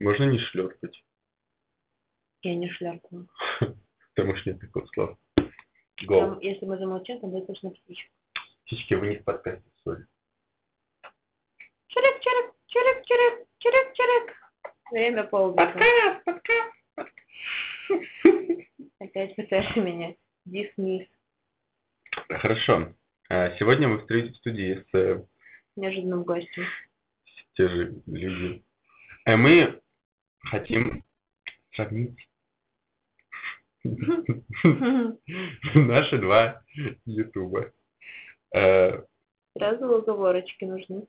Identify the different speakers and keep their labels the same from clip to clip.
Speaker 1: Можно не шлёпать.
Speaker 2: Я не шляпну.
Speaker 1: Потому что нет такого слова.
Speaker 2: Там,
Speaker 1: Гол.
Speaker 2: если мы замолчим, то будет слышно птичек.
Speaker 1: Сиськи вниз под пятницу.
Speaker 2: Чирик, чирик, чирик, чирик, чирик, чирик. Время полдня.
Speaker 1: Подкаст, подкаст.
Speaker 2: Опять пытаешь меня. Дисмисс.
Speaker 1: Хорошо. А, Сегодня мы встретились в студии с э,
Speaker 2: Неожиданным гостем.
Speaker 1: те же люди. А мы хотим сравнить наши два ютуба. Э,
Speaker 2: Сразу оговорочки нужны.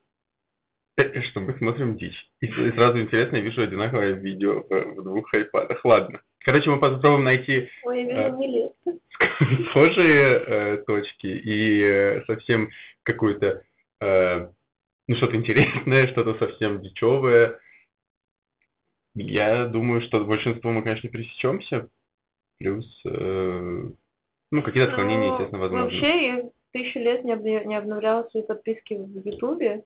Speaker 1: э, Что мы смотрим дичь. И с- и сразу интересно, я вижу одинаковое видео в в двух айпадах. Ладно. Короче, мы попробуем найти
Speaker 2: Ой, я
Speaker 1: Э.
Speaker 2: вижу, нелепо.
Speaker 1: схожие э, точки и э, совсем какую-то э, ну что-то интересное, что-то совсем дичевое. Я думаю, что большинство мы, конечно, пересечемся. Плюс, э, ну, какие-то отклонения,
Speaker 2: Ну,
Speaker 1: естественно, возможно.
Speaker 2: Вообще, я тысячу лет не, обня- не обновляла свои подписки в Ютубе.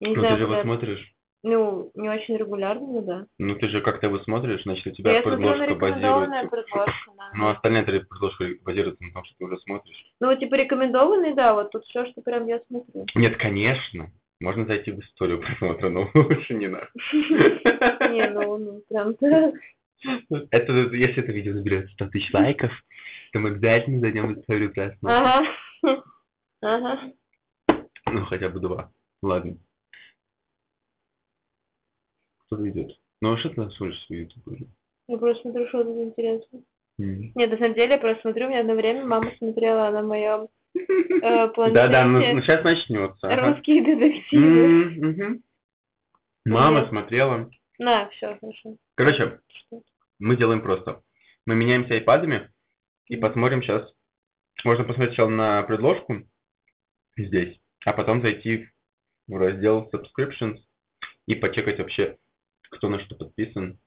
Speaker 2: Я не
Speaker 1: ну,
Speaker 2: знаю,
Speaker 1: ты же его
Speaker 2: когда-
Speaker 1: смотришь.
Speaker 2: ну, не очень регулярно, но да.
Speaker 1: Ну, ты же как-то его смотришь, значит, у
Speaker 2: Да,
Speaker 1: тебя
Speaker 2: я смотрю на
Speaker 1: подложка
Speaker 2: рекомендованные
Speaker 1: базируется.
Speaker 2: предложки, да.
Speaker 1: Ну, остальные три подложки базируются на том, что ты уже смотришь.
Speaker 2: Ну, типа рекомендованные, да, вот тут все, что прям я смотрю.
Speaker 1: Нет, конечно. Можно зайти в историю просмотра, но лучше не надо.
Speaker 2: Не, ну, ну, прям так.
Speaker 1: Это, если это видео наберет 100 тысяч лайков, то мы обязательно зайдем в историю просмотра.
Speaker 2: Ага. Ага.
Speaker 1: Ну, хотя бы два. Ладно. Кто идет? Ну, а что ты смотришь в YouTube?
Speaker 2: Я просто смотрю, что тут интересно. Нет, на самом деле, я просто смотрю, у меня одно время мама смотрела на моем планшете
Speaker 1: Да-да, ну, сейчас начнется. ага.
Speaker 2: русские детективы.
Speaker 1: М, мгм. Мама
Speaker 2: Нет.
Speaker 1: смотрела.
Speaker 2: На, все, хорошо.
Speaker 1: Короче,
Speaker 2: Что?
Speaker 1: мы делаем просто. Мы меняемся айпадами и
Speaker 2: Мгм.
Speaker 1: посмотрим сейчас. Можно посмотреть сначала на предложку здесь, а потом зайти в раздел subscriptions и почекать вообще, кто на что подписан.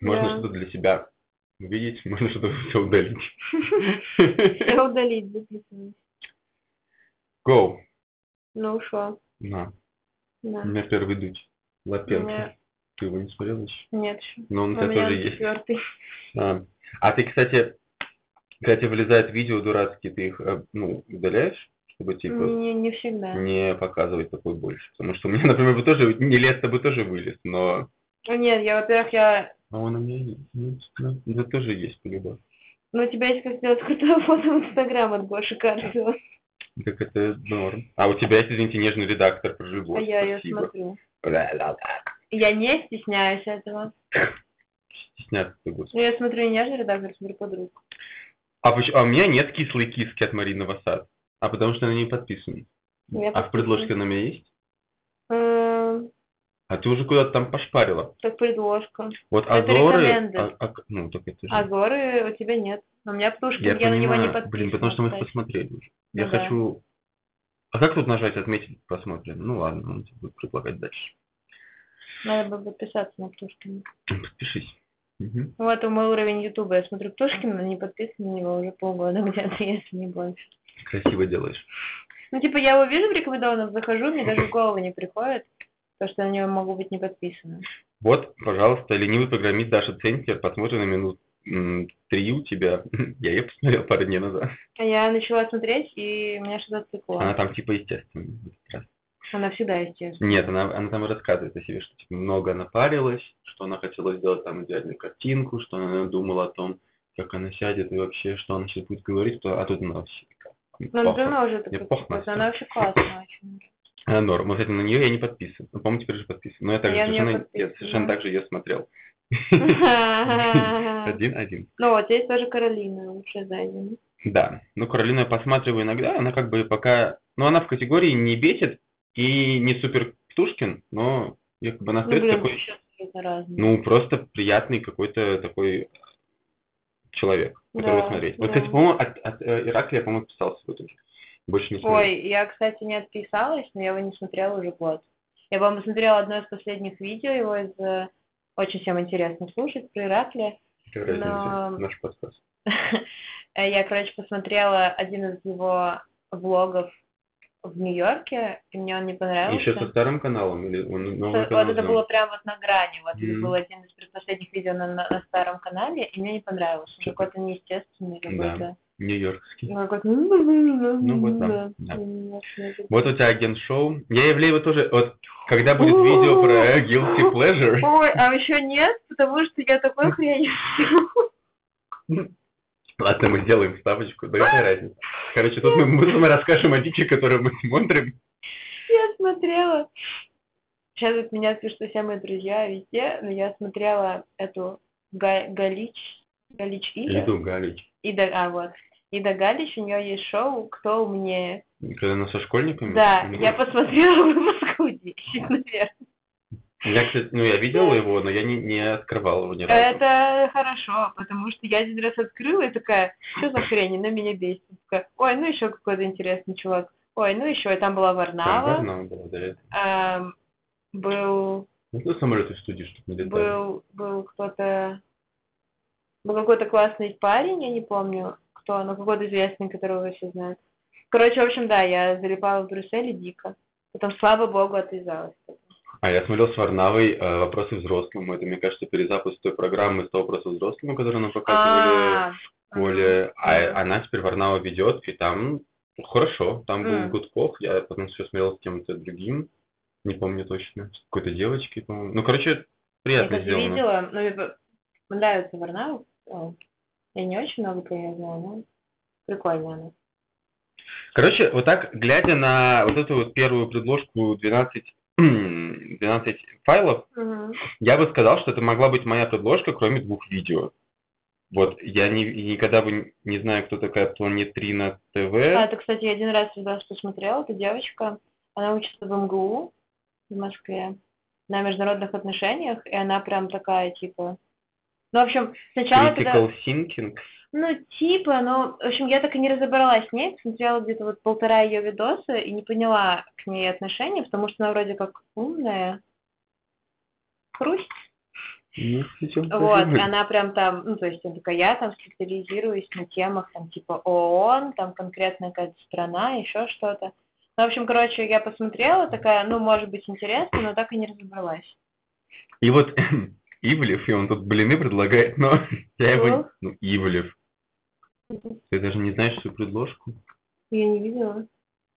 Speaker 1: Можно
Speaker 2: Да.
Speaker 1: что-то для себя увидеть, можно что-то все удалить.
Speaker 2: Я удалить записываю.
Speaker 1: Go.
Speaker 2: Ну, что?
Speaker 1: На.
Speaker 2: Да.
Speaker 1: У меня первый дуть. Лапенко.
Speaker 2: Меня-
Speaker 1: Ты его не смотрел еще?
Speaker 2: Нет, еще.
Speaker 1: Но
Speaker 2: У
Speaker 1: он у тебя
Speaker 2: меня
Speaker 1: Ну, тоже есть.
Speaker 2: четвертый.
Speaker 1: А, а ты, кстати, когда тебе вылезают видео дурацкие, ты их э, ну, удаляешь, чтобы типа
Speaker 2: Не, не всегда.
Speaker 1: не показывать такой больше? Потому что у меня, например, бы тоже нелестно бы тоже вылез, но...
Speaker 2: Ну, Нет, я, во-первых, я...
Speaker 1: А он у меня есть. ну, да. Да тоже есть, по-любому.
Speaker 2: Ну, у тебя есть как сделать крутое фото в Инстаграм от Гоши Карцева.
Speaker 1: Так это норм. А у тебя есть, извините, нежный редактор про
Speaker 2: А
Speaker 1: живот.
Speaker 2: я ее
Speaker 1: Спасибо.
Speaker 2: смотрю.
Speaker 1: Ла-ла-ла.
Speaker 2: Я не стесняюсь этого.
Speaker 1: Стесняться ты будешь.
Speaker 2: Ну, я смотрю не нежный редактор, смотрю подруг.
Speaker 1: А, поч- а у меня нет кислой киски от Марины Васад. А потому что она не подписана.
Speaker 2: Я
Speaker 1: А в
Speaker 2: подписана.
Speaker 1: предложке она у меня есть?
Speaker 2: Эм,
Speaker 1: А ты уже куда-то там пошпарила.
Speaker 2: Как предложка.
Speaker 1: Вот
Speaker 2: Это
Speaker 1: Азоры...
Speaker 2: recommended.
Speaker 1: а- а- ну, так это же...
Speaker 2: А горы у тебя нет. У меня Птушкин, я, на него не подписана.
Speaker 1: Блин, потому что мы их
Speaker 2: кстати.
Speaker 1: посмотрели уже.
Speaker 2: Ну
Speaker 1: я
Speaker 2: да.
Speaker 1: хочу... А как тут нажать «Отметить просмотрен»? Ну ладно, он тебе будет предлагать дальше.
Speaker 2: Надо бы подписаться на Птушкина.
Speaker 1: Подпишись. Мгм.
Speaker 2: Ну, это мой уровень Ютуба. Я смотрю Птушкина, не подписана на него уже полгода где-то, если не больше.
Speaker 1: Красиво делаешь.
Speaker 2: Ну, типа, я его вижу в рекомендованном, захожу, мне даже в голову не приходит, то, что на него могу быть не подписана.
Speaker 1: Вот, пожалуйста, ленивый программист Даша Центер посмотрим на минут м, три у тебя. Я ее посмотрел пару дней назад.
Speaker 2: А Я начала смотреть, и меня что-то отвлекло.
Speaker 1: Она там типа естественная.
Speaker 2: Она всегда естественно.
Speaker 1: Нет, она, она там рассказывает о себе, что типа, много она парилась, что она хотела сделать там идеальную картинку, что она думала о том, как она сядет и вообще, что она сейчас будет говорить, то- а тут она вообще такая.
Speaker 2: Ну,
Speaker 1: пафос.
Speaker 2: она уже
Speaker 1: Мне
Speaker 2: такая,
Speaker 1: похуй на
Speaker 2: вот она вообще классная очень.
Speaker 1: А, норм. Вот, кстати, на нее я не подписан. Ну, по-моему, теперь же подписан. Но я также
Speaker 2: Я на неё
Speaker 1: совершенно, я
Speaker 2: подписана.
Speaker 1: совершенно так же ее смотрел.
Speaker 2: Ну,
Speaker 1: Один-один.
Speaker 2: вот здесь тоже Каролина лучше зайдем.
Speaker 1: Да. Ну, Каролину я посматриваю иногда. Она как бы пока... Ну, она в категории не бесит и не супер Птушкин, но я как бы она
Speaker 2: Ну,
Speaker 1: остается
Speaker 2: блин,
Speaker 1: А такой...
Speaker 2: вообще абсолютно разные.
Speaker 1: Ну, просто приятный какой-то такой человек, которого
Speaker 2: Да,
Speaker 1: Ну, смотреть. Вот,
Speaker 2: да.
Speaker 1: кстати, по-моему, от, от э, Ираклия, по-моему, писался в этом. Больше не смотрю.
Speaker 2: Ой, я, кстати, не отписалась, но я его не смотрела уже год. Я, по-моему, смотрела одно из последних видео его из... э, Очень всем интересно слушать про Иракли.
Speaker 1: Какая разница?
Speaker 2: но-
Speaker 1: Наш подкаст.
Speaker 2: Э, Я, короче, посмотрела один из его влогов в Нью-Йорке, и мне он не понравился.
Speaker 1: Еще со старым каналом или он новый
Speaker 2: Вот
Speaker 1: канал
Speaker 2: это
Speaker 1: взял?
Speaker 2: было прям вот на грани. Вот это
Speaker 1: Мгм.
Speaker 2: был один из предпоследних видео на, на- на старом канале, и мне не понравился. Он
Speaker 1: Что-то-
Speaker 2: Какой-то неестественный
Speaker 1: Да.
Speaker 2: какой-то.
Speaker 1: Нью-Йоркский.
Speaker 2: Ну, какой-то...
Speaker 1: Ну, вот там,
Speaker 2: Да.
Speaker 1: да.
Speaker 2: Нет, нет, нет.
Speaker 1: Вот у тебя агент шоу. Я Евлеева тоже. Вот когда будет видео про э, guilty pleasure,
Speaker 2: Ой, а еще нет, потому что я такой хрень.
Speaker 1: ладно, мы сделаем ставочку. Да какая разница. Короче, тут мы, мы с вами расскажем о дичи, которую мы смотрим.
Speaker 2: Я смотрела. Сейчас вот меня пишут все мои друзья везде, но я смотрела эту Га- Галич, Галич Ида.
Speaker 1: Лиду Галич.
Speaker 2: Ида, а вот. Ида Галич, у нее есть шоу «Кто умнее».
Speaker 1: Когда она со школьниками.
Speaker 2: Да,
Speaker 1: у меня-
Speaker 2: я посмотрела выпуск «Удивительно наверное.
Speaker 1: Я, кстати, ну я видел его, но я не, не открывал его ни разу.
Speaker 2: Это хорошо, потому что я один раз открыла и такая, что за хрень, она меня бесит. Такая, Ой, ну еще какой-то интересный чувак. Ой, ну еще, и там была
Speaker 1: Там
Speaker 2: Варнава,
Speaker 1: Варнава была до этого.
Speaker 2: эм, был
Speaker 1: Ну, самолеты в студии, чтобы не летали.
Speaker 2: был, был кто-то, был какой-то классный парень, я не помню, кто, но какой-то известный, которого все знают. Короче, в общем, да, я залипала в Брюсселе дико. Потом, слава богу, отвязалась.
Speaker 1: А я смотрел с Варнавой э, «Вопросы взрослому». Это, мне кажется, перезапуск той программы «100 вопросов взрослому», которую нам показывали
Speaker 2: А,
Speaker 1: в школе.
Speaker 2: Мгм.
Speaker 1: А она теперь Варнава ведет, и там хорошо. Там был
Speaker 2: Мгм.
Speaker 1: Гудков, я потом еще смотрел с кем-то другим. Не помню точно. С какой-то девочкой, по-моему. Ну, короче,
Speaker 2: я
Speaker 1: приятно
Speaker 2: как
Speaker 1: сделано.
Speaker 2: видела, ну, мне по- нравится Варнау. О, Я не очень много про нее знаю, но прикольная она.
Speaker 1: Короче, вот так, глядя на вот эту вот первую предложку 12, 12 файлов, Я бы сказал, что это могла быть моя предложка, кроме двух видео. Вот, я не, никогда бы не- не знаю, кто такая Планетрина
Speaker 2: А,
Speaker 1: ТВ.
Speaker 2: это, кстати, я один раз видос посмотрела, это девочка, она учится в МГУ в Москве на международных отношениях, и она прям такая, типа... Ну, в общем, сначала, когда...
Speaker 1: Critical Thinking.
Speaker 2: Ну, типа, ну, в общем, я так и не разобралась с ней, смотрела где-то вот полтора ее видоса и не поняла к ней отношения, потому что она вроде как умная, хрусть,
Speaker 1: Ну, с этим
Speaker 2: вот,
Speaker 1: тоже мы.
Speaker 2: она прям там, ну, то есть, она такая, я там специализируюсь на темах, там, типа, ООН, там, конкретная какая-то страна, еще что-то. Ну, в общем, короче, я посмотрела, такая, ну, может быть, интересно, но так и не разобралась.
Speaker 1: И вот Ивлев, и он тут блины предлагает, но я его...
Speaker 2: Кто?
Speaker 1: Ну, Ивлев. Ты даже не знаешь свою предложку?
Speaker 2: Я не видела.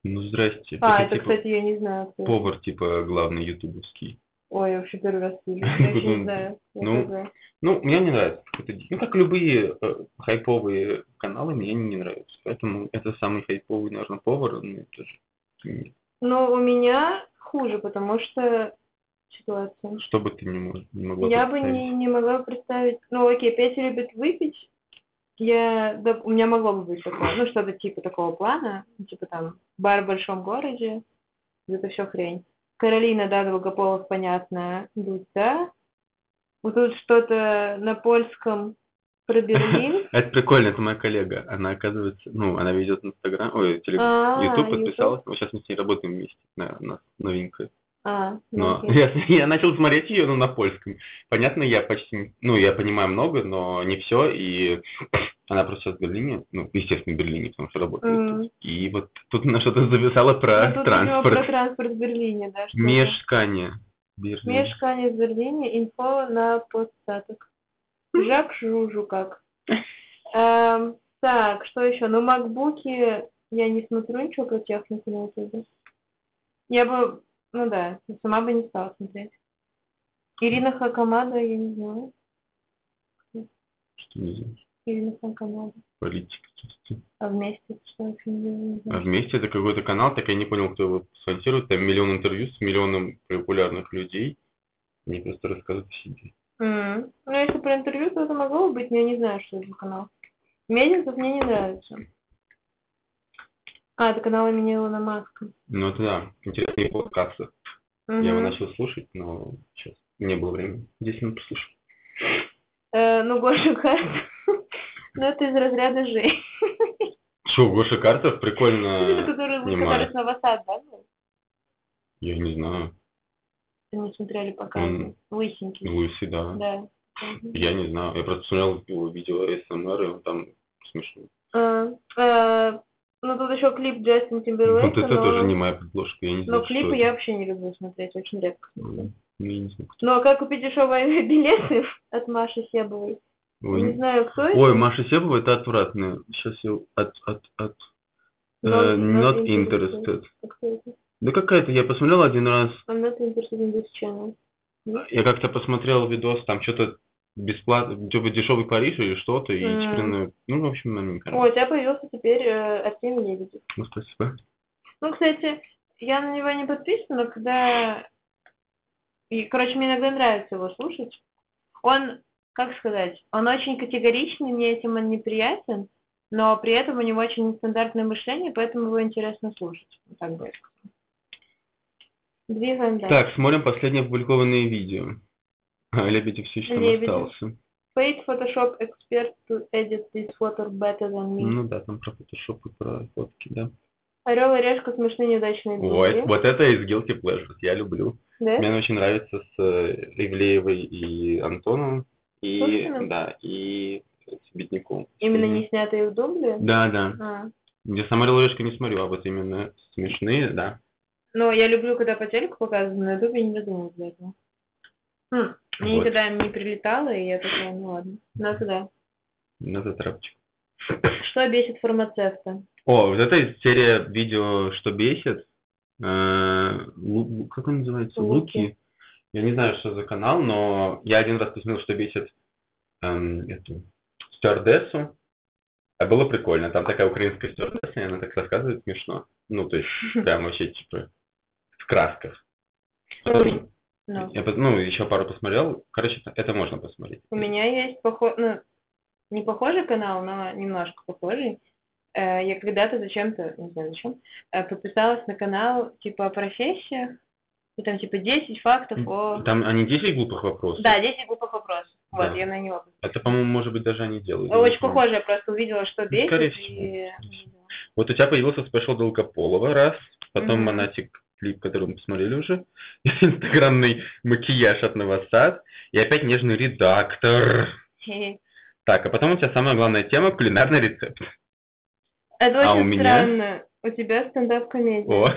Speaker 1: Ну, здрасте.
Speaker 2: А, это,
Speaker 1: типа
Speaker 2: кстати, я не знаю. кто это.
Speaker 1: повар, типа, главный ютубовский.
Speaker 2: Ой, я вообще первый раз вижу, я вообще не знаю. Я
Speaker 1: Ну,
Speaker 2: такая,
Speaker 1: Ну, мне не нравится. какой-то ди- Ну, как любые э, хайповые каналы, мне они не нравятся. Поэтому это самый хайповый, наверное, повар. Он мне тоже не-
Speaker 2: Ну, у меня хуже, потому что ситуация.
Speaker 1: Что бы ты не, мож- не могла
Speaker 2: Я бы
Speaker 1: представить?
Speaker 2: не, не могла представить. Ну, окей, Петя любит выпить. Я, да, у меня могло бы быть такое, ну, что-то типа такого плана, ну, типа там бар в большом городе, это все хрень. Каролина, да, Долгополов, понятно, дудь, да. Вот тут что-то на польском про Берлин.
Speaker 1: Это прикольно, это моя коллега. Она, оказывается, ну, она ведет Инстаграм, ой, телеграм,
Speaker 2: А,
Speaker 1: Ютуб
Speaker 2: YouTube.
Speaker 1: подписалась. Вот сейчас мы с ней работаем вместе, на, у нас новинка.
Speaker 2: А, ну,
Speaker 1: Но
Speaker 2: окей.
Speaker 1: я, я начал смотреть ее, ну, на польском. Понятно, я почти, не- ну, я понимаю много, но не все, и она просто в Берлине, ну, естественно, в Берлине, потому что работает.
Speaker 2: М.
Speaker 1: И вот тут она что-то записала про
Speaker 2: Ну, тут у него
Speaker 1: транспорт.
Speaker 2: про транспорт в Берлине, да, что-то.
Speaker 1: Межкание. Берлин.
Speaker 2: Межкание в Берлине, инфо на подстаток. Жак Жужу как. Эм, так, что еще? Ну, макбуки, я не смотрю ничего про технику на ютубе. Я бы, ну да, сама бы не стала смотреть. Ирина Хакамада, я не знаю.
Speaker 1: Что не знаю,
Speaker 2: Ирина Хакамада.
Speaker 1: политика. чисто.
Speaker 2: А вместе это что я фильм делала, не
Speaker 1: А
Speaker 2: знаю.
Speaker 1: Вместе это какой-то канал, так я не понял, кто его спонсирует. Там миллион интервью с миллионом популярных людей. Они просто рассказывают о себе.
Speaker 2: М, Ну, если про интервью, то это могло бы быть, но я не знаю, что это за канал. Мезенцев мне не нравится. А, это канал имени Илона Маска.
Speaker 1: Ну это да, интересные подкасты. Я его
Speaker 2: Мгм.
Speaker 1: начал слушать, но сейчас не было времени. Здесь минут послушал.
Speaker 2: Э, ну, Гоша Каст, ну, это из разряда Жень.
Speaker 1: Что, Гоша Картов?
Speaker 2: Это
Speaker 1: Прикольно.
Speaker 2: который вы
Speaker 1: Э, понимаю.
Speaker 2: который с Новосад, да? ну? был?
Speaker 1: Я не знаю.
Speaker 2: Вы не смотрели пока.
Speaker 1: Он-
Speaker 2: Лысенький.
Speaker 1: Ну и всегда.
Speaker 2: Да.
Speaker 1: Я не эм знаю. Я просто смотрел его видео СМР, и он там смешно.
Speaker 2: Э, э, Ну, тут еще клип Джастина Тимберлейка,
Speaker 1: Вот это
Speaker 2: но...
Speaker 1: Ну, тоже не моя предложка, я не знаю,
Speaker 2: но
Speaker 1: что
Speaker 2: клипы
Speaker 1: это.
Speaker 2: я вообще не люблю смотреть, очень редко.
Speaker 1: М, Ну, я не знаю.
Speaker 2: Ну, а как купить дешевые билеты от Маши Себовой?
Speaker 1: Ой,
Speaker 2: Ну, Не знаю, кто это.
Speaker 1: Ой, Маша Себова, это отвратно. Сейчас я от... от, от э,
Speaker 2: Not-
Speaker 1: not
Speaker 2: not interested.
Speaker 1: interested.
Speaker 2: А кто это?
Speaker 1: Да какая-то, я посмотрел один раз,
Speaker 2: I'm not interested in this channel.
Speaker 1: я как-то посмотрел видос, там что-то бесплатно, типа дешевый Париж или что-то, и
Speaker 2: М.
Speaker 1: теперь, на- ну, в общем, на Минкарте.
Speaker 2: О, у тебя появился теперь э, Артемий Лебедев.
Speaker 1: Ну, спасибо.
Speaker 2: Ну, кстати, я на него не подписана, когда... И, короче, мне иногда нравится его слушать. Он, как сказать, он очень категоричный, мне этим он неприятен, но при этом у него очень нестандартное мышление, поэтому его интересно слушать. Вот Так бы я сказала. Двигаем дальше.
Speaker 1: Так, смотрим последнее опубликованное видео. А, Лебедев все еще там
Speaker 2: Лебедев.
Speaker 1: остался.
Speaker 2: Paid Photoshop expert to edit this photo better than me.
Speaker 1: Ну да, там про фотошоп и про фотки, да.
Speaker 2: Орел и решка смешные неудачные
Speaker 1: Ой,
Speaker 2: блоги.
Speaker 1: вот это из Guilty Pleasures, я люблю.
Speaker 2: Да?
Speaker 1: Мне она очень нравится с э, Ивлеевой и Антоном. И,
Speaker 2: Собственно?
Speaker 1: да, и с Бедняком.
Speaker 2: Именно
Speaker 1: Мгм.
Speaker 2: не снятые в дубле?
Speaker 1: Да, да.
Speaker 2: А.
Speaker 1: Я сам «Орел и решку» не смотрю, а вот именно смешные, да.
Speaker 2: Но Ну, я люблю, когда по телеку показывают, на ютубе я не додумалась до этого. Хм, Мне
Speaker 1: Вот.
Speaker 2: никогда не прилетало, и я такая, ну ладно. Ну туда.
Speaker 1: На затрапчик.
Speaker 2: Что бесит фармацевта?
Speaker 1: О, вот это из серия видео «Что бесит». Э, Лу- Как он называется?
Speaker 2: Луки.
Speaker 1: Луки. Я не знаю, что за канал, но я один раз посмотрел, что бесит эм, эту стюардессу. А было прикольно. Там такая украинская стюардесса, и она так рассказывает смешно. Ну, то есть, прям вообще, типа, в красках.
Speaker 2: Ой. Ну,
Speaker 1: Я, пос- ну, еще пару посмотрел. Короче, это- это можно посмотреть.
Speaker 2: у меня есть похож... Ну, не похожий канал, но немножко похожий. Э, Я когда-то зачем-то, не знаю зачем, э, подписалась на канал типа о профессиях. И там типа 10 фактов о...
Speaker 1: Там они 10 глупых вопросов.
Speaker 2: Да, 10 глупых вопросов. Вот,
Speaker 1: Да.
Speaker 2: я на него
Speaker 1: Это, по-моему, может быть, даже они делают. Я не
Speaker 2: Очень
Speaker 1: помню.
Speaker 2: похоже, я просто увидела, что бесит.
Speaker 1: Ну, скорее
Speaker 2: и-
Speaker 1: Вот у тебя появился спешл Долгополова, раз. Потом
Speaker 2: Мгм.
Speaker 1: монатик клип, который мы посмотрели уже. Инстаграмный макияж от Новосад. И опять нежный редактор. Так, а потом у тебя самая главная тема – кулинарный рецепт.
Speaker 2: Это
Speaker 1: А у
Speaker 2: очень
Speaker 1: меня?
Speaker 2: странно. У тебя стендап-комедия.
Speaker 1: О,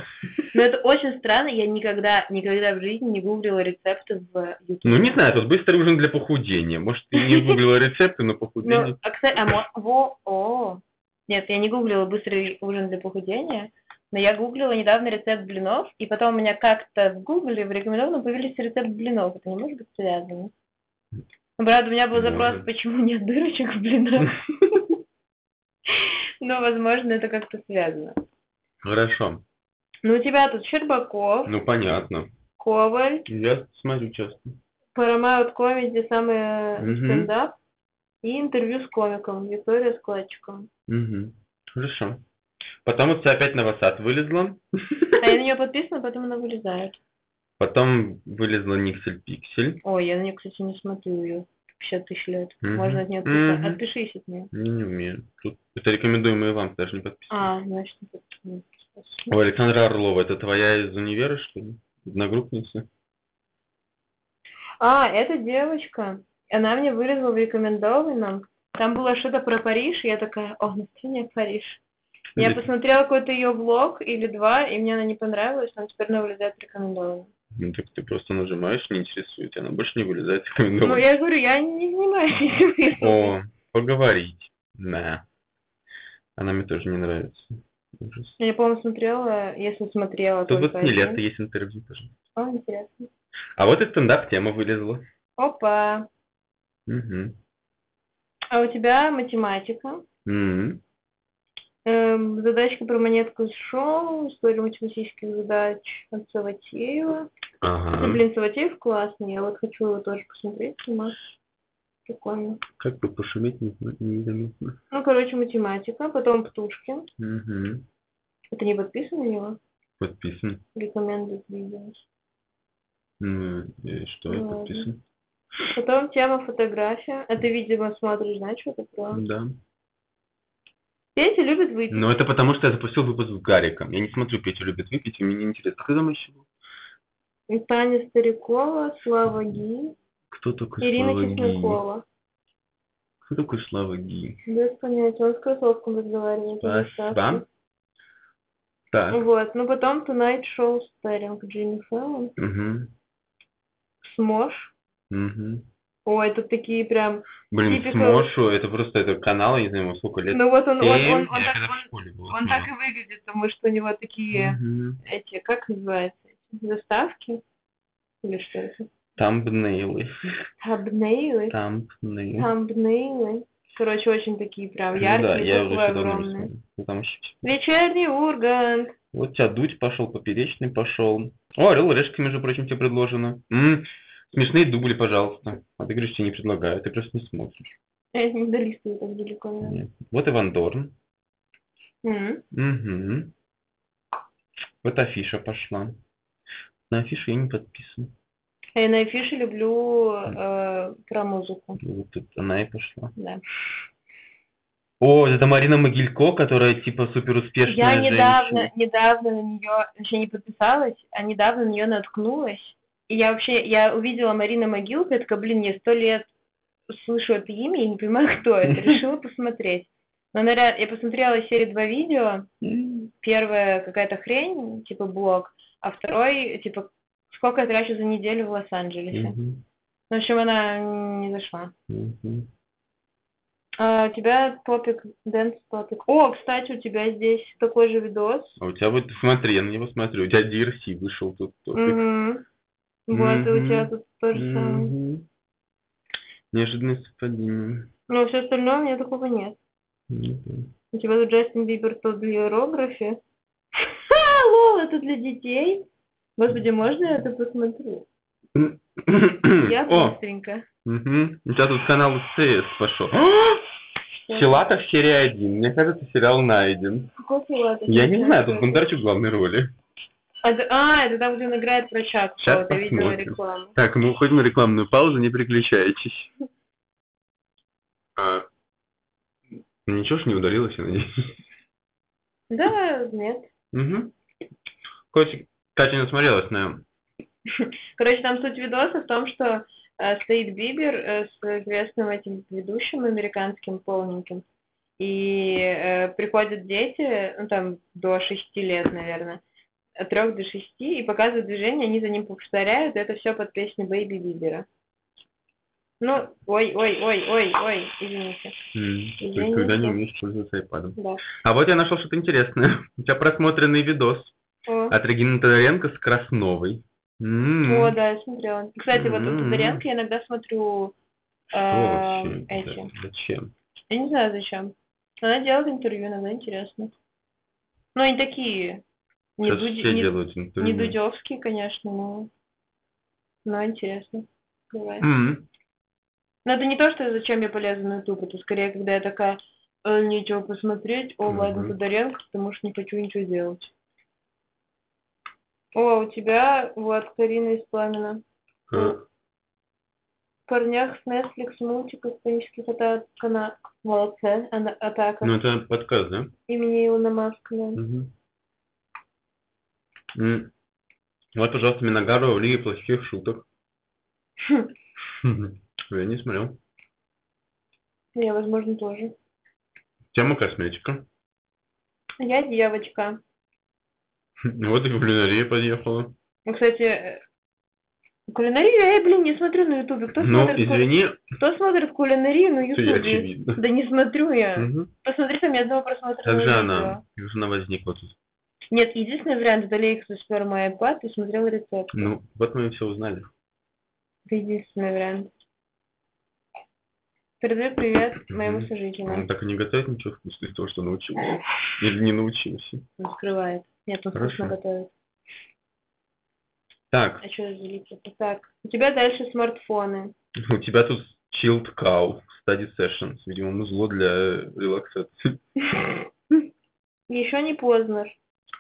Speaker 2: Но это очень странно. Я никогда, никогда в жизни не гуглила рецепты в YouTube.
Speaker 1: ну не знаю, тут быстрый ужин для похудения. Может, ты не гуглила рецепты, но похудение.
Speaker 2: Ну, а, кстати, а мо- во, о. Нет, я не гуглила быстрый ужин для похудения. Но я гуглила недавно рецепт блинов, и потом у меня как-то в гугле в рекомендованном появился рецепт блинов. Это не может быть связано? Ну, Правда, у меня был запрос,
Speaker 1: Может.
Speaker 2: почему нет дырочек в блинах. Но, возможно, это как-то связано.
Speaker 1: Хорошо.
Speaker 2: Ну, у тебя тут Щербаков,
Speaker 1: Ну, понятно.
Speaker 2: Коваль,
Speaker 1: Я смотрю часто.
Speaker 2: Paramount Comedy, самый э,
Speaker 1: Мгм.
Speaker 2: стендап, и интервью с комиком, Виктория Складчиком.
Speaker 1: Мгм. Хорошо. Потом у тебя опять новосад вылезла.
Speaker 2: А я на нее подписана, поэтому она вылезает.
Speaker 1: Потом вылезла Никсель Пиксель.
Speaker 2: Ой, я на нее, кстати, не смотрю ее. 50 тысяч лет.
Speaker 1: Мгм.
Speaker 2: Можно от нее отписаться.
Speaker 1: Мгм.
Speaker 2: Отпишись от нее.
Speaker 1: Не, не умею. Тут это рекомендуемые вам, даже не подписано.
Speaker 2: А, значит, не подписана.
Speaker 1: У Александра Орлова, это твоя из универа, что ли? Одногруппница?
Speaker 2: А, эта девочка, она мне вылезла в рекомендованном. Там было что-то про Париж, и я такая, о, настроение Париж. Я
Speaker 1: Или-
Speaker 2: посмотрела какой-то ее блог или два, и мне она не понравилась, она теперь она вылезает в рекомендованном.
Speaker 1: Ну, так ты просто нажимаешь, не интересует, и она больше не вылезает с
Speaker 2: Ну,
Speaker 1: рекомендованных.
Speaker 2: я говорю, я не занимаюсь этим. делом.
Speaker 1: О, поговорить. Да. Она мне тоже не нравится. Ужас.
Speaker 2: Я, по-моему, смотрела, если смотрела.
Speaker 1: Тут вот
Speaker 2: только
Speaker 1: не
Speaker 2: один.
Speaker 1: лето, есть интервью, пожалуйста.
Speaker 2: О, интересно.
Speaker 1: А вот и стендап-тема вылезла.
Speaker 2: Опа.
Speaker 1: Угу.
Speaker 2: А у тебя математика, эм, задачка про монетку из шоу, история математических задач от Саватеева. Ну,
Speaker 1: Ага.
Speaker 2: блин, Саватеев классный, я вот хочу его тоже посмотреть, сама. Прикольно.
Speaker 1: Как бы пошуметь не- незаметно.
Speaker 2: Ну, короче, математика, потом Птушкин.
Speaker 1: Угу.
Speaker 2: Это не подписано на него?
Speaker 1: Подписан.
Speaker 2: Рекомендует видео.
Speaker 1: Ну, и что я
Speaker 2: Ладно.
Speaker 1: подписан?
Speaker 2: Потом тема фотография. А ты, видимо, смотришь, знаешь, что такое?
Speaker 1: Да.
Speaker 2: Петя любит выпить.
Speaker 1: Но Ну, это потому, что я запустил выпуск с Гариком. Я не смотрю «Петя любит выпить», и мне не интересно. Кто там еще был?
Speaker 2: И Таня Старикова, Слава Ги,
Speaker 1: Кто такой
Speaker 2: Ирина
Speaker 1: Слава Ги?
Speaker 2: Чеснокова.
Speaker 1: Кто такой Слава Ги?
Speaker 2: Без понятия, он с кроссовком разговаривает. а не с
Speaker 1: Спасибо.
Speaker 2: Сашей.
Speaker 1: Так.
Speaker 2: Вот. Ну, потом Tonight Show Starring Джимми Фэллон.
Speaker 1: Мгм.
Speaker 2: Смош.
Speaker 1: Мгм.
Speaker 2: Ой, тут такие прям...
Speaker 1: Блин,
Speaker 2: Типика-
Speaker 1: Смошу, это просто это канал, я не знаю, ему сколько лет.
Speaker 2: Ну вот он, он,
Speaker 1: Семь,
Speaker 2: он, он
Speaker 1: я
Speaker 2: так,
Speaker 1: когда в
Speaker 2: он-
Speaker 1: школе был,
Speaker 2: он так и выглядит, потому что у него такие
Speaker 1: Мгм.
Speaker 2: эти, как называется, эти заставки? Или что это?
Speaker 1: Тамбнейлы.
Speaker 2: Табнейлы.
Speaker 1: Тамбнейлы.
Speaker 2: Тамбнейлы. Короче, очень такие прям
Speaker 1: Ну
Speaker 2: яркие,
Speaker 1: да, я уже
Speaker 2: буквы
Speaker 1: все давно не
Speaker 2: огромные.
Speaker 1: смотрю. Ну, там вообще всё.
Speaker 2: Вечерний Ургант.
Speaker 1: Вот тебя Дудь пошел, Поперечный пошел. О, Орел и Решка, между прочим, тебе предложено. М, Смешные дубли, пожалуйста. А ты говоришь, тебе не предлагаю, ты просто не смотришь.
Speaker 2: Я их не долистываю так далеко. наверное.
Speaker 1: Нет. Вот Иван Дорн.
Speaker 2: М.
Speaker 1: Угу. Вот афиша пошла. На афишу я не подписан.
Speaker 2: А я на афише люблю э, про музыку.
Speaker 1: Вот тут она и пошла.
Speaker 2: Да.
Speaker 1: О, это Марина Могилько, которая типа супер
Speaker 2: Я
Speaker 1: успешная
Speaker 2: недавно, недавно на нее вообще не подписалась, а недавно на нее наткнулась. И я вообще, я увидела Марина Могилка, я такая, блин, я сто лет слышу это имя, я не понимаю, кто это. Решила посмотреть. Но она, ре- я посмотрела серии два видео. Первое какая-то хрень, типа блог, а второй, типа, сколько я трачу за неделю в Лос-Анджелесе.
Speaker 1: Мгм.
Speaker 2: В общем, она не зашла.
Speaker 1: Мгм.
Speaker 2: А, у тебя топик, дэнс топик. О, кстати, у тебя здесь такой же видос.
Speaker 1: А у тебя вот, смотри, я на него смотрю. У тебя DRC вышел тут. тоже.
Speaker 2: Мгм. Вот, и у
Speaker 1: Мгм.
Speaker 2: тебя тут тоже самое.
Speaker 1: Мгм. Неожиданное совпадение.
Speaker 2: Но все Ну, остальное у меня такого нет.
Speaker 1: Мгм.
Speaker 2: У тебя тут Джастин Бибер по биографии. Ха, лол, это для детей. Господи, можно я это посмотрю? Я
Speaker 1: О,
Speaker 2: быстренько.
Speaker 1: мгм. у тебя тут канал СТС пошел. А! Филатов серия 1. Мне кажется, сериал найден.
Speaker 2: Какой филат?
Speaker 1: Я не знаю, тут Бондарчук в главной роли.
Speaker 2: А, это- а, это там, где он играет врача
Speaker 1: Щас
Speaker 2: какого-то, видела
Speaker 1: посмотрим.
Speaker 2: рекламу.
Speaker 1: Так, ну уходим на рекламную паузу, не переключайтесь. А, ну, ничего ж не удалилось, я надеюсь.
Speaker 2: Да, нет.
Speaker 1: Угу. Котик, Катя не смотрелась, на
Speaker 2: Короче, там суть видоса в том, что э, стоит Бибер э, с известным этим ведущим американским полненьким. И э, приходят дети, ну там до шести лет, наверное, от трех до шести, и показывают движение, они за ним повторяют, это все под песню Бэйби Бибера. Ну, ой, ой, ой, ой, ой, извините. Я не
Speaker 1: когда не
Speaker 2: знаю.
Speaker 1: умеешь пользоваться айпадом.
Speaker 2: Да.
Speaker 1: А вот я нашел что-то интересное. У тебя просмотренный видос
Speaker 2: О,
Speaker 1: от Регины Тодоренко с Красновой. А, М-м-м. М.
Speaker 2: о, да, я смотрела. Кстати, вот у
Speaker 1: М-м-м.
Speaker 2: Тодоренко я иногда смотрю э,
Speaker 1: Что вообще?
Speaker 2: эти.
Speaker 1: Да, Зачем?
Speaker 2: Я не знаю зачем. Она делает интервью, иногда интересно. Ну, они такие. Не,
Speaker 1: Сейчас
Speaker 2: дуди-
Speaker 1: все
Speaker 2: не-
Speaker 1: делают интервью.
Speaker 2: не дудевские, конечно, но... но интересно. Бывает.
Speaker 1: М.
Speaker 2: Но это не то, что зачем я полезу на YouTube, это скорее, когда я такая, «Э, нечего посмотреть, о, ладно,
Speaker 1: Мгм.
Speaker 2: Тодоренко, потому что не хочу ничего делать. О, а у тебя вот Карина из Пламена.
Speaker 1: А,
Speaker 2: В парнях с Netflix мультиков, панических атак, кана... молодцы, ана- атаках
Speaker 1: Ну, это подкаст, да?
Speaker 2: имени Илона Маска. да.
Speaker 1: Мгм. М. М-м. Вот, пожалуйста, Миногарова в Лиге плохих шуток.
Speaker 2: Хм.
Speaker 1: Мгм. Я не смотрел.
Speaker 2: Я, возможно, тоже.
Speaker 1: Тема косметика.
Speaker 2: Я девочка.
Speaker 1: Вот и кулинария подъехала.
Speaker 2: Ну, кстати, э, кулинарию я, блин, не смотрю на Ютубе. Кто,
Speaker 1: Ну,
Speaker 2: смотрит, ку-
Speaker 1: извини,
Speaker 2: кто смотрит кулинарию на
Speaker 1: это я
Speaker 2: Ютубе?
Speaker 1: очевидно.
Speaker 2: Да не смотрю я.
Speaker 1: Мгм.
Speaker 2: Посмотри, там ни одного просмотра.
Speaker 1: Как же она? Как же она возникла тут?
Speaker 2: Нет, единственный вариант, удали их со сферы мой iPad и смотрела рецепт.
Speaker 1: Ну, вот мы все узнали.
Speaker 2: Это единственный вариант. Передаю привет моему
Speaker 1: Мгм. Он
Speaker 2: сожителю.
Speaker 1: так и не готовит ничего вкусного из того, что научился. Или не научился.
Speaker 2: Он скрывает. Нет, он вкусно
Speaker 1: Хорошо.
Speaker 2: готовит.
Speaker 1: Так,
Speaker 2: А что я залипла? Так, у тебя дальше смартфоны.
Speaker 1: у тебя тут Chilled Cow Study Sessions. Видимо, музло для релаксации.
Speaker 2: Еще не поздно.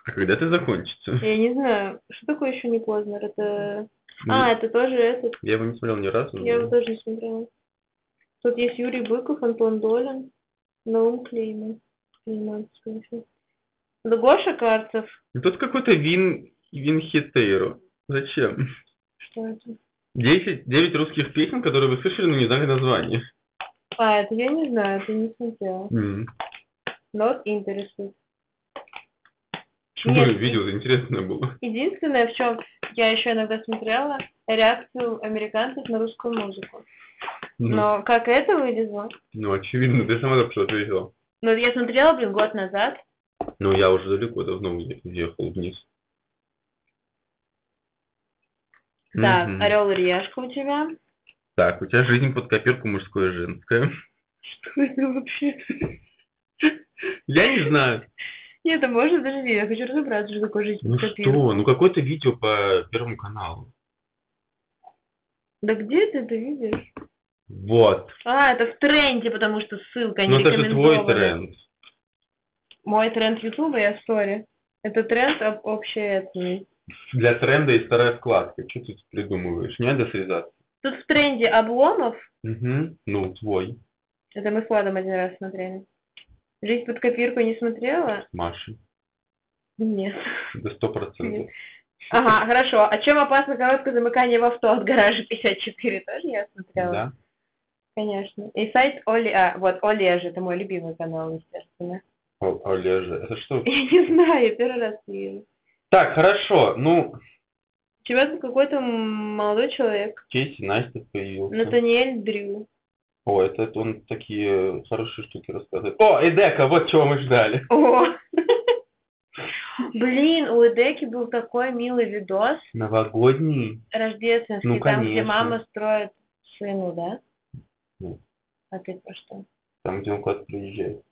Speaker 1: А когда ты закончится?
Speaker 2: Я не знаю, что такое еще не поздно. Это...
Speaker 1: Ну,
Speaker 2: А, это тоже этот.
Speaker 1: Я его не смотрел ни разу.
Speaker 2: Я его
Speaker 1: но- ну,
Speaker 2: тоже не смотрела. Тут есть Юрий Быков, Антон Долин, Наум Клейман. Клейман, скорее всего. Да Гоша Карцев.
Speaker 1: Ну, Тут какой-то вин... Винхитейро. Зачем?
Speaker 2: Что это?
Speaker 1: Десять, девять русских песен, которые вы слышали, но не знали название.
Speaker 2: А, это я не знаю, это не смотрела.
Speaker 1: М.
Speaker 2: Not interested.
Speaker 1: Что
Speaker 2: Нет.
Speaker 1: же видео интересное было?
Speaker 2: Единственное, в чем я еще иногда смотрела, реакцию американцев на русскую музыку.
Speaker 1: Ну,
Speaker 2: Но как это вылезло?
Speaker 1: ну, очевидно, ты сама что ответила.
Speaker 2: Ну, я смотрела, блин, год назад.
Speaker 1: Ну, я уже далеко давно уе- уехал вниз.
Speaker 2: Так,
Speaker 1: Мгм.
Speaker 2: орел и решка у тебя.
Speaker 1: Так, у тебя жизнь под копирку мужское и женское.
Speaker 2: Что это вообще?
Speaker 1: Я не знаю.
Speaker 2: Нет, это можно даже не. Я хочу разобраться, что такое жизнь
Speaker 1: Ну
Speaker 2: копирка.
Speaker 1: что, ну какое-то видео по Первому каналу.
Speaker 2: Да где ты это видишь?
Speaker 1: Вот.
Speaker 2: А, это в тренде, потому что ссылка не
Speaker 1: Ну это же твой
Speaker 2: рекомендованная.
Speaker 1: тренд.
Speaker 2: Мой тренд Ютуба и Астори. Это тренд об общеэтный.
Speaker 1: Для тренда и вторая вкладка. Что ты тут придумываешь? Не надо срезаться.
Speaker 2: Тут в тренде обломов,
Speaker 1: Угу. Ну, твой,
Speaker 2: это мы с Владом один раз смотрели. Жизнь под копирку не смотрела?
Speaker 1: Маша.
Speaker 2: Нет.
Speaker 1: До сто процентов.
Speaker 2: Ага, хорошо. А чем опасно короткое замыкание в авто от гаража 54? Тоже я смотрела?
Speaker 1: Да?
Speaker 2: Конечно. И сайт Оли... А, вот, Олежа, это мой любимый канал, естественно.
Speaker 1: О, Олежа. Это что?
Speaker 2: Я не знаю, я первый раз вижу.
Speaker 1: Так, хорошо. Ну,
Speaker 2: У тебя тут какой-то м, молодой человек,
Speaker 1: Кейси Настя появился.
Speaker 2: Ну, Натаниэль Дрю.
Speaker 1: О, это он такие хорошие штуки рассказывает. О, Эдека, вот чего мы ждали.
Speaker 2: О! Блин, у Эдеки был такой милый видос
Speaker 1: Новогодний.
Speaker 2: рождественский,
Speaker 1: Ну,
Speaker 2: там, где
Speaker 1: конечно.
Speaker 2: мама строит сыну, да?
Speaker 1: Ну.
Speaker 2: А ты про что?
Speaker 1: Там, где он куда-то приезжает.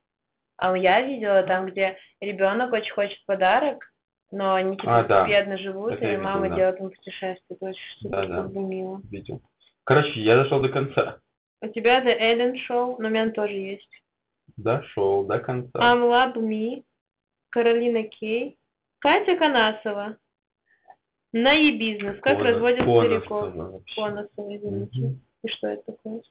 Speaker 2: А я видела там, где ребенок очень хочет подарок, но они типа
Speaker 1: А, да.
Speaker 2: бедно живут,
Speaker 1: Это
Speaker 2: и
Speaker 1: я видел,
Speaker 2: мама
Speaker 1: да.
Speaker 2: делает им путешествие. Это очень супер,
Speaker 1: Да-да.
Speaker 2: как бы мило.
Speaker 1: Видел. Короче, я дошел до конца.
Speaker 2: У тебя The Ellen Show, но у меня он тоже есть.
Speaker 1: Дошел до конца.
Speaker 2: I'm Lab Me, Каролина Кей, Катя Канасова. Наи бизнес. Как
Speaker 1: Конос-
Speaker 2: разводят
Speaker 1: Коносова
Speaker 2: стариков?
Speaker 1: вообще.
Speaker 2: Коносова, извините.
Speaker 1: Мгм.
Speaker 2: И что это такое?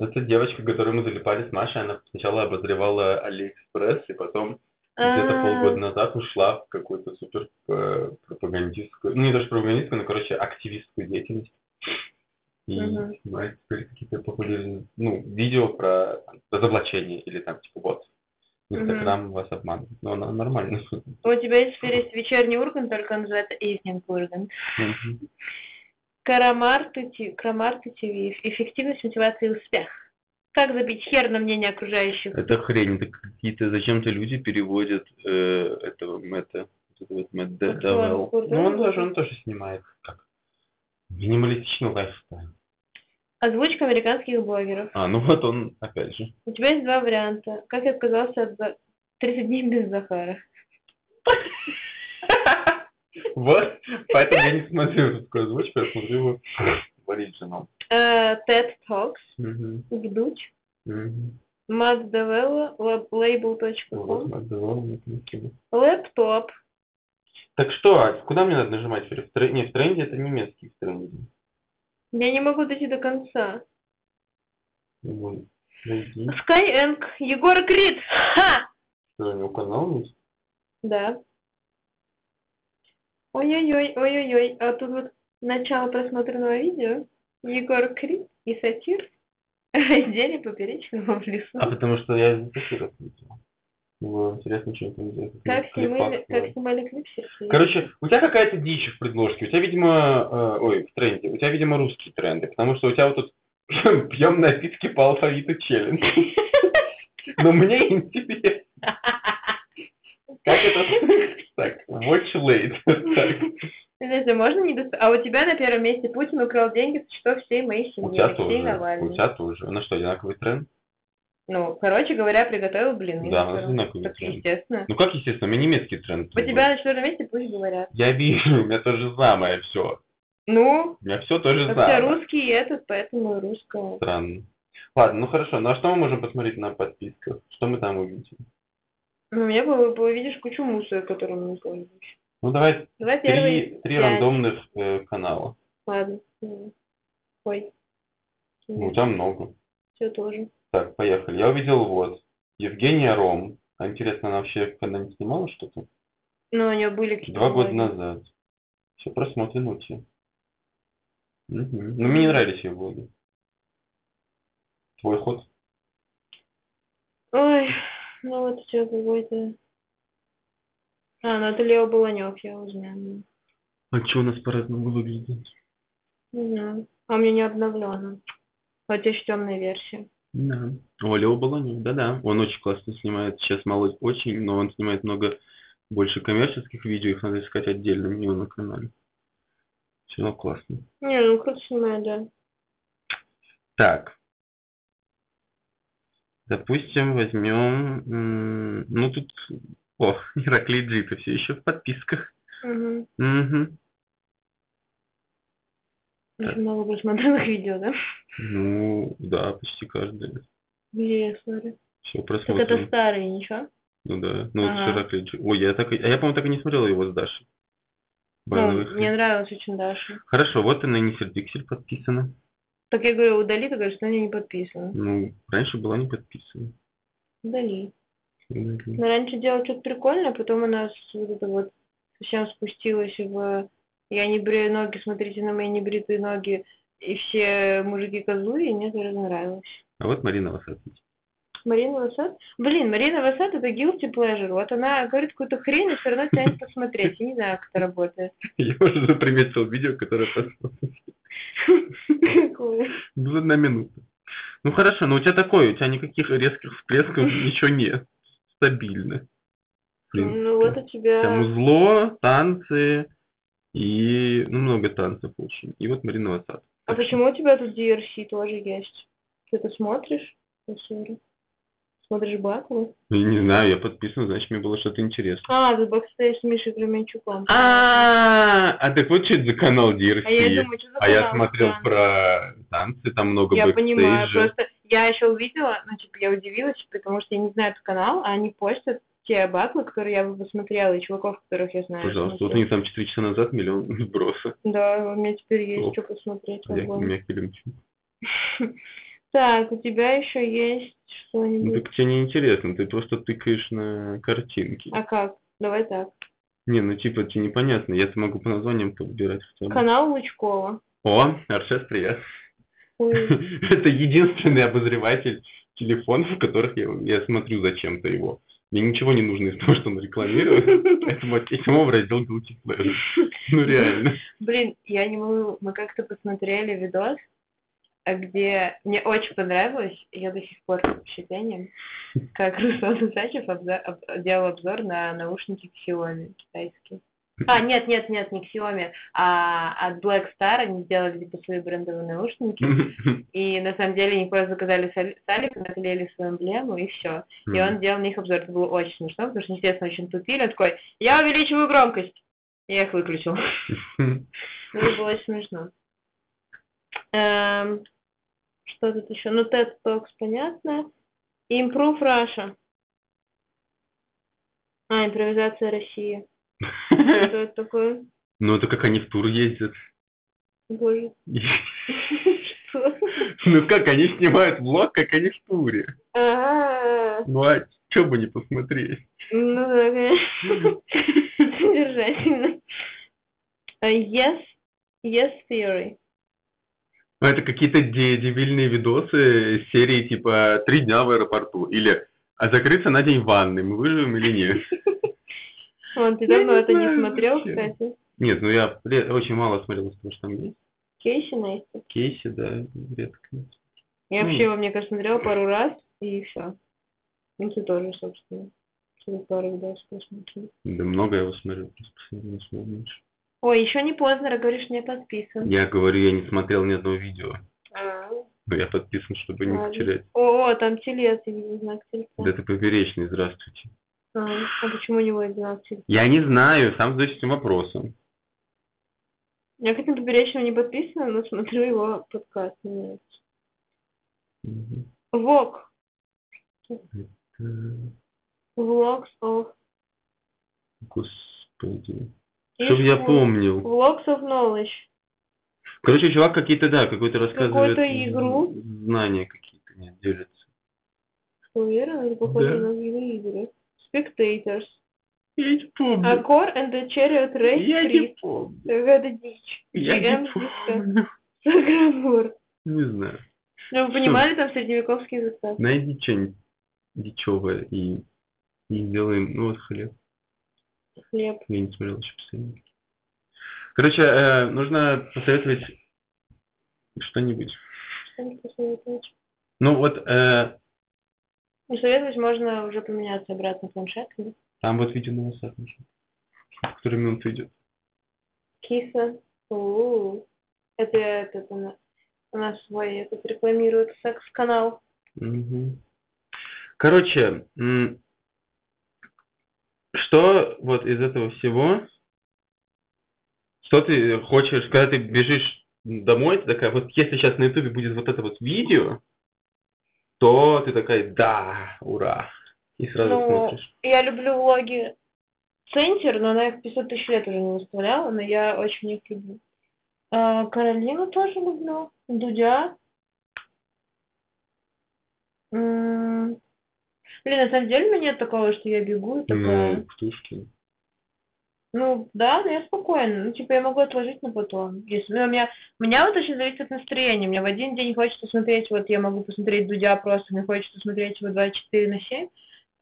Speaker 1: Это девочка, которую мы залипали с Машей, она сначала обозревала Алиэкспресс, и потом где-то
Speaker 2: А,
Speaker 1: полгода назад ушла в какую-то супер э, пропагандистскую, ну не даже пропагандистскую, но, короче, активистскую деятельность. И
Speaker 2: Мгм.
Speaker 1: снимает теперь какие-то популярные, ну, видео про там, разоблачение или там, типа, вот,
Speaker 2: Мгм.
Speaker 1: Инстаграм вас обманывает. Но она нормально.
Speaker 2: У тебя есть теперь есть вечерний ургант, только он называется Evening Ургант.
Speaker 1: Мгм.
Speaker 2: Карамарты Ти- Крамарты ТВ. Эффективность, мотивация и успех. Как забить хер на мнение окружающих?
Speaker 1: Это хрень, это какие-то зачем-то люди переводят э, этого Мэтта, вот этого вот Мэтт Дэ-
Speaker 2: Актер
Speaker 1: Дэвелл.
Speaker 2: Курт
Speaker 1: Ну, он
Speaker 2: Рэссел.
Speaker 1: даже, он тоже снимает как минималистичный лайфстайл.
Speaker 2: Озвучка американских блогеров.
Speaker 1: А, ну вот он, опять же.
Speaker 2: У тебя есть два варианта. Как я отказался от за- 30 дней без Захара?
Speaker 1: Вот, поэтому я не смотрю русскую озвучку, я смотрю его в оригинал.
Speaker 2: Э, TED Talks,
Speaker 1: Мгм.
Speaker 2: Вдуть,
Speaker 1: Мгм.
Speaker 2: Mazdevella,
Speaker 1: Вот,
Speaker 2: Label.com,
Speaker 1: Мэтт Дэвелл, Мэтт Микки.
Speaker 2: Лэптоп.
Speaker 1: Так что, а куда мне надо нажимать? теперь? В трен- Не, в тренде это немецкий в тренде.
Speaker 2: Я не могу дойти до конца.
Speaker 1: Вот. Зайди.
Speaker 2: Skyeng, Егор Крид. Ха!
Speaker 1: Что, ну, у него канал есть?
Speaker 2: Да. Ой-ой-ой, ой-ой-ой. А тут вот начало просмотренного видео. Егор Крид и сатир. Разделе поперечного в лесу.
Speaker 1: А потому что я не такие раз видел. Было интересно, что это делает.
Speaker 2: Как снимали, как
Speaker 1: Клипак.
Speaker 2: снимали клип Сергей.
Speaker 1: Короче, у тебя какая-то дичь в предложке. У тебя, видимо, э, ой, в тренде. У тебя, видимо, русские тренды. Потому что у тебя вот тут пьем напитки по алфавиту челлендж. Но мне интересно. Как это? Так, watch late. Так,
Speaker 2: Подожди, можно не доста- А у тебя на первом месте Путин украл деньги со счетов всей моей
Speaker 1: У
Speaker 2: семьи,
Speaker 1: тебя
Speaker 2: Алексей
Speaker 1: тоже. У
Speaker 2: Навальный.
Speaker 1: тебя тоже. Ну что, одинаковый тренд?
Speaker 2: Ну, короче говоря, приготовил блины.
Speaker 1: Да, у
Speaker 2: на
Speaker 1: нас
Speaker 2: втором.
Speaker 1: одинаковый
Speaker 2: Так,
Speaker 1: тренд.
Speaker 2: естественно.
Speaker 1: Ну как, естественно, у меня немецкий тренд.
Speaker 2: У тебя на четвертом месте пусть говорят.
Speaker 1: Я вижу, у меня тоже самое все.
Speaker 2: Ну,
Speaker 1: У меня все тоже
Speaker 2: у тебя
Speaker 1: самое.
Speaker 2: русский и этот, поэтому и русского.
Speaker 1: Странно. Ладно, ну хорошо. Ну а что мы можем посмотреть на подписках? Что мы там увидим?
Speaker 2: Ну, у меня было, было, видишь, кучу мусора, которым мы не пользуемся.
Speaker 1: Ну давай
Speaker 2: Давай
Speaker 1: три,
Speaker 2: первый.
Speaker 1: три
Speaker 2: пять.
Speaker 1: рандомных э, канала.
Speaker 2: Ладно. М. Ой.
Speaker 1: Ну, там много.
Speaker 2: Все тоже.
Speaker 1: Так, поехали. Я увидел вот. Евгения Ром. А Интересно, она вообще когда-нибудь снимала что-то?
Speaker 2: Ну, у нее были какие-то...
Speaker 1: Два года
Speaker 2: блоги.
Speaker 1: назад. ну, Все просмотрено у тебя. Мгм. Ну, мне не нравились ее блоги. Твой ход.
Speaker 2: Ой, ну вот все какой-то... А, ну это Лео Баланёк, я узнаю.
Speaker 1: А что у нас по-разному выглядит?
Speaker 2: Не знаю. А у меня не обновлено. Вот еще темная версия.
Speaker 1: Да. О, Лео Баланюк, да-да. Он очень классно снимает. Сейчас мало очень, но он снимает много больше коммерческих видео. Их надо искать отдельно у него на канале. Все равно классно.
Speaker 2: Не, ну круто снимает, да.
Speaker 1: Так. Допустим, возьмем... м, Ну, тут... О, Ираклий Джита все еще в подписках.
Speaker 2: Угу.
Speaker 1: Угу.
Speaker 2: Очень много просмотренных видео, да?
Speaker 1: Ну, да, почти каждый.
Speaker 2: Где я смотрю?
Speaker 1: Все
Speaker 2: Так
Speaker 1: просмотрим.
Speaker 2: это старые, ничего?
Speaker 1: Ну да. Ну,
Speaker 2: Ага.
Speaker 1: это Ираклий Джи- Ой, я так... и- А я, по-моему, так и не смотрел его с Дашей.
Speaker 2: Ну,
Speaker 1: Байновых.
Speaker 2: мне нравилось очень Даша.
Speaker 1: Хорошо, вот она и не сердиксель подписана.
Speaker 2: Так я говорю, удали, ты говоришь, что они не подписаны.
Speaker 1: Ну, раньше была не подписана. А
Speaker 2: Удали.
Speaker 1: Мгм.
Speaker 2: Но раньше делала что-то прикольное, потом она с- вот это вот совсем спустилась в «Я не брею ноги, смотрите на мои небритые ноги, и все мужики козлы», и мне это разонравилось.
Speaker 1: А вот Марина Васатович.
Speaker 2: Марина Васад? Блин, Марина Васад это guilty pleasure. Вот она говорит какую-то хрень и все равно тянет посмотреть. Я не знаю, как это работает.
Speaker 1: Я уже заприметил видео, которое посмотрел.
Speaker 2: Какое?
Speaker 1: Ну, одна минута. Ну хорошо, но у тебя такое, у тебя никаких резких всплесков, ничего нет. Стабильно. Блин,
Speaker 2: Ну вот у
Speaker 1: Там
Speaker 2: тебя...
Speaker 1: узло, танцы и... Ну, много танцев очень. И вот Марина Васад.
Speaker 2: А почему у тебя тут DRC тоже есть? Ты это смотришь? Я сори. Смотришь Баклу?
Speaker 1: Ну, Я не знаю, я подписан, значит, мне было что-то интересное.
Speaker 2: А, ты бэкстейс с Мишей Кременчуком.
Speaker 1: А, а так вот что это за канал DRC.
Speaker 2: А я думаю, что за
Speaker 1: А я
Speaker 2: канал
Speaker 1: смотрел
Speaker 2: странный?
Speaker 1: про танцы, там много
Speaker 2: Я понимаю,
Speaker 1: бэкстейджа.
Speaker 2: просто я еще увидела, ну, типа, я удивилась, потому что я не знаю этот канал, а они постят те батлы, которые я бы посмотрела, и чуваков, которых я знаю.
Speaker 1: Пожалуйста, вот
Speaker 2: Смотрю.
Speaker 1: они там 4 часа назад миллион сбросов.
Speaker 2: Да, у меня теперь есть
Speaker 1: Оп.
Speaker 2: что посмотреть.
Speaker 1: Я, у
Speaker 2: огонь.
Speaker 1: меня Килимчук.
Speaker 2: Так, у тебя еще есть
Speaker 1: Ну,
Speaker 2: что-нибудь?
Speaker 1: так тебе не интересно, ты просто тыкаешь на картинки.
Speaker 2: А как? Давай так.
Speaker 1: Не, ну типа тебе непонятно, я-то могу по названиям подбирать хотя бы.
Speaker 2: Канал Лучкова.
Speaker 1: О, Аршес, привет.
Speaker 2: Ой,
Speaker 1: Это единственный обозреватель телефонов, в которых я, я смотрю зачем-то его. Мне ничего не нужно из того, что он рекламирует, поэтому я тему в раздел Guilty Pleasure. Ну реально.
Speaker 2: Блин, я не могу. Мы как-то посмотрели видос, а где мне очень понравилось, и я до сих пор под впечатлением, как Руслан Усачев обза- об- делал обзор на наушники Xiaomi китайские. А, нет, нет, нет, не Xiaomi, а от Black Star они сделали типа свои брендовые наушники. И на самом деле они просто заказали сали- салик, наклеили свою эмблему и все. И он делал на них обзор. Это было очень смешно, потому что, естественно, очень тупили. Он такой, я увеличиваю громкость. И я их выключил. Ну, Это было очень смешно. Эм, что тут еще? Ну, TED Talks, понятно. Improve Russia. А, импровизация России. Что это такое?
Speaker 1: Ну это как они в тур ездят.
Speaker 2: Боже. Что?
Speaker 1: Ну как они снимают влог, как они в туре.
Speaker 2: А,
Speaker 1: Ну а чё бы не посмотреть?
Speaker 2: Ну, да, конечно. Содержательно. А, Yes, yes theory.
Speaker 1: Ну, это какие-то де- дебильные видосы из серии типа «Три дня в аэропорту» или «А закрыться на день в ванной, мы выживем или нет?»
Speaker 2: Вон, ты
Speaker 1: Я
Speaker 2: давно
Speaker 1: не
Speaker 2: это не
Speaker 1: знаю
Speaker 2: смотрел,
Speaker 1: вообще.
Speaker 2: кстати.
Speaker 1: Нет, ну я ре- очень мало смотрел, потому что там есть
Speaker 2: Кейси Нейстат.
Speaker 1: кейсы, да, редко.
Speaker 2: Я
Speaker 1: М.
Speaker 2: вообще его, мне кажется, смотрела пару раз, и все. Ну, ты тоже, собственно. Через пару видосов посмотрел.
Speaker 1: Да много я его смотрел, просто посмотрел, не вспомнишь.
Speaker 2: Ой, еще не Познера, говоришь, не подписан.
Speaker 1: Я говорю, я не смотрел ни одного видео,
Speaker 2: А,
Speaker 1: но я подписан, чтобы не
Speaker 2: ладно.
Speaker 1: потерять.
Speaker 2: О, о, там телец, я видела знак тельца.
Speaker 1: Да это поперечный, здравствуйте.
Speaker 2: А, а почему у него есть знак тельца?
Speaker 1: Я не знаю, сам задаюсь этим вопросом.
Speaker 2: Я к этому поперечному не подписана, но смотрю его подкаст. нет.
Speaker 1: Мгм.
Speaker 2: Вок.
Speaker 1: Так,
Speaker 2: Влогс of...
Speaker 1: Господи. Чтоб я
Speaker 2: Ишь,
Speaker 1: помнил.
Speaker 2: Влогс of knowledge.
Speaker 1: Короче, чувак какие-то, да, какой-то рассказывает.
Speaker 2: Какую-то
Speaker 1: м,
Speaker 2: игру.
Speaker 1: Знания какие-то, нет, делится.
Speaker 2: Уверен, это похоже
Speaker 1: Да.
Speaker 2: на другие игры. Spectators.
Speaker 1: Я не
Speaker 2: А
Speaker 1: помню.
Speaker 2: Core and the Chariot Race
Speaker 1: Я
Speaker 2: 3.
Speaker 1: не помню.
Speaker 2: Какая-то дичь.
Speaker 1: Я не
Speaker 2: GM
Speaker 1: помню.
Speaker 2: Саграмур.
Speaker 1: Не знаю.
Speaker 2: Ну, вы понимали, там средневековский застав.
Speaker 1: Найди что-нибудь дичевое и, и сделаем, ну вот хлеб.
Speaker 2: хлеб.
Speaker 1: Я не смотрел еще последний. Короче, э, нужно посоветовать что-нибудь.
Speaker 2: Что-нибудь посоветовать.
Speaker 1: Ну вот, э,
Speaker 2: Ну, советовать можно уже поменяться обратно планшетами.
Speaker 1: там вот видео на WhatsApp нужно, который минуту идет.
Speaker 2: Киса. У-у-у. Это, это, у нас- у нас свой этот рекламирует секс-канал.
Speaker 1: Мгм. Короче, м, что вот из этого всего, что ты хочешь, когда ты бежишь домой, ты такая, вот если сейчас на ютубе будет вот это вот видео, то ты такая, да, ура, и сразу
Speaker 2: Ну,
Speaker 1: смотришь.
Speaker 2: Я люблю влоги Центер, но она их 500 тысяч лет уже не выставляла, но я очень их люблю. А, Каролину тоже люблю. Дудя. М, Блин, на самом деле у меня нет такого, что я бегу и такая.
Speaker 1: Ну, Птушкин.
Speaker 2: Ну, да, но я спокойна. Ну, типа, я могу отложить на потом. Если, ну, у меня, у меня вот очень зависит от настроения. Мне в один день хочется смотреть, вот я могу посмотреть Дудя просто, мне хочется смотреть его 24 на 7,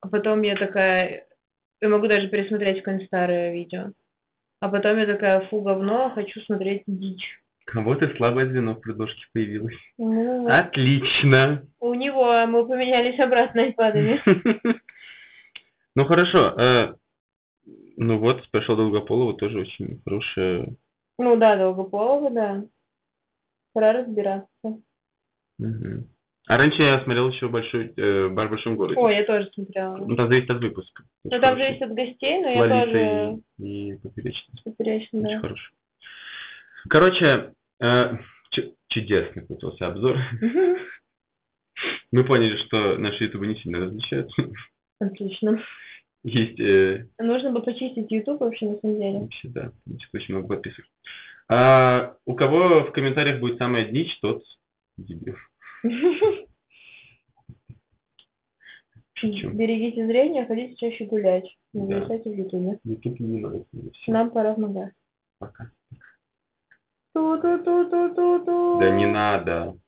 Speaker 2: а потом я такая, я могу даже пересмотреть какое-нибудь старое видео. А потом я такая, фу, говно, хочу смотреть дичь.
Speaker 1: А вот и слабое звено в предложке появилось.
Speaker 2: Ну,
Speaker 1: А? Отлично.
Speaker 2: У него мы поменялись обратно айпадами.
Speaker 1: Ну хорошо. э, Ну вот, пошел Долгополова, тоже очень хорошая
Speaker 2: Ну да, Долгополова, да. Пора разбираться.
Speaker 1: Мгм. А раньше я смотрел еще большой э, бар в большом городе.
Speaker 2: Ой, я тоже смотрела.
Speaker 1: Ну, там зависит от выпуска.
Speaker 2: Ну, там же есть от гостей, но я
Speaker 1: Лолита
Speaker 2: тоже...
Speaker 1: и, и Поперечный.
Speaker 2: Поперечный, да.
Speaker 1: Очень хороший. Короче, э, чу- чудесный получился обзор. Мы поняли, что наши ютубы не сильно различаются.
Speaker 2: Отлично.
Speaker 1: Есть э,
Speaker 2: Нужно бы почистить YouTube вообще на самом деле.
Speaker 1: вообще, да, значит, очень много подписок. А у кого в комментариях будет самое дичь, тот дебил. Шучу.
Speaker 2: Берегите зрение, ходите чаще гулять. Не
Speaker 1: Да.
Speaker 2: зависайте в Ютубе.
Speaker 1: Ютуб Ну, не нравится мне. Всё,
Speaker 2: Нам пора в магаз.
Speaker 1: пока.
Speaker 2: Ту-ту-ту-ту-ту-ту.
Speaker 1: Да не надо.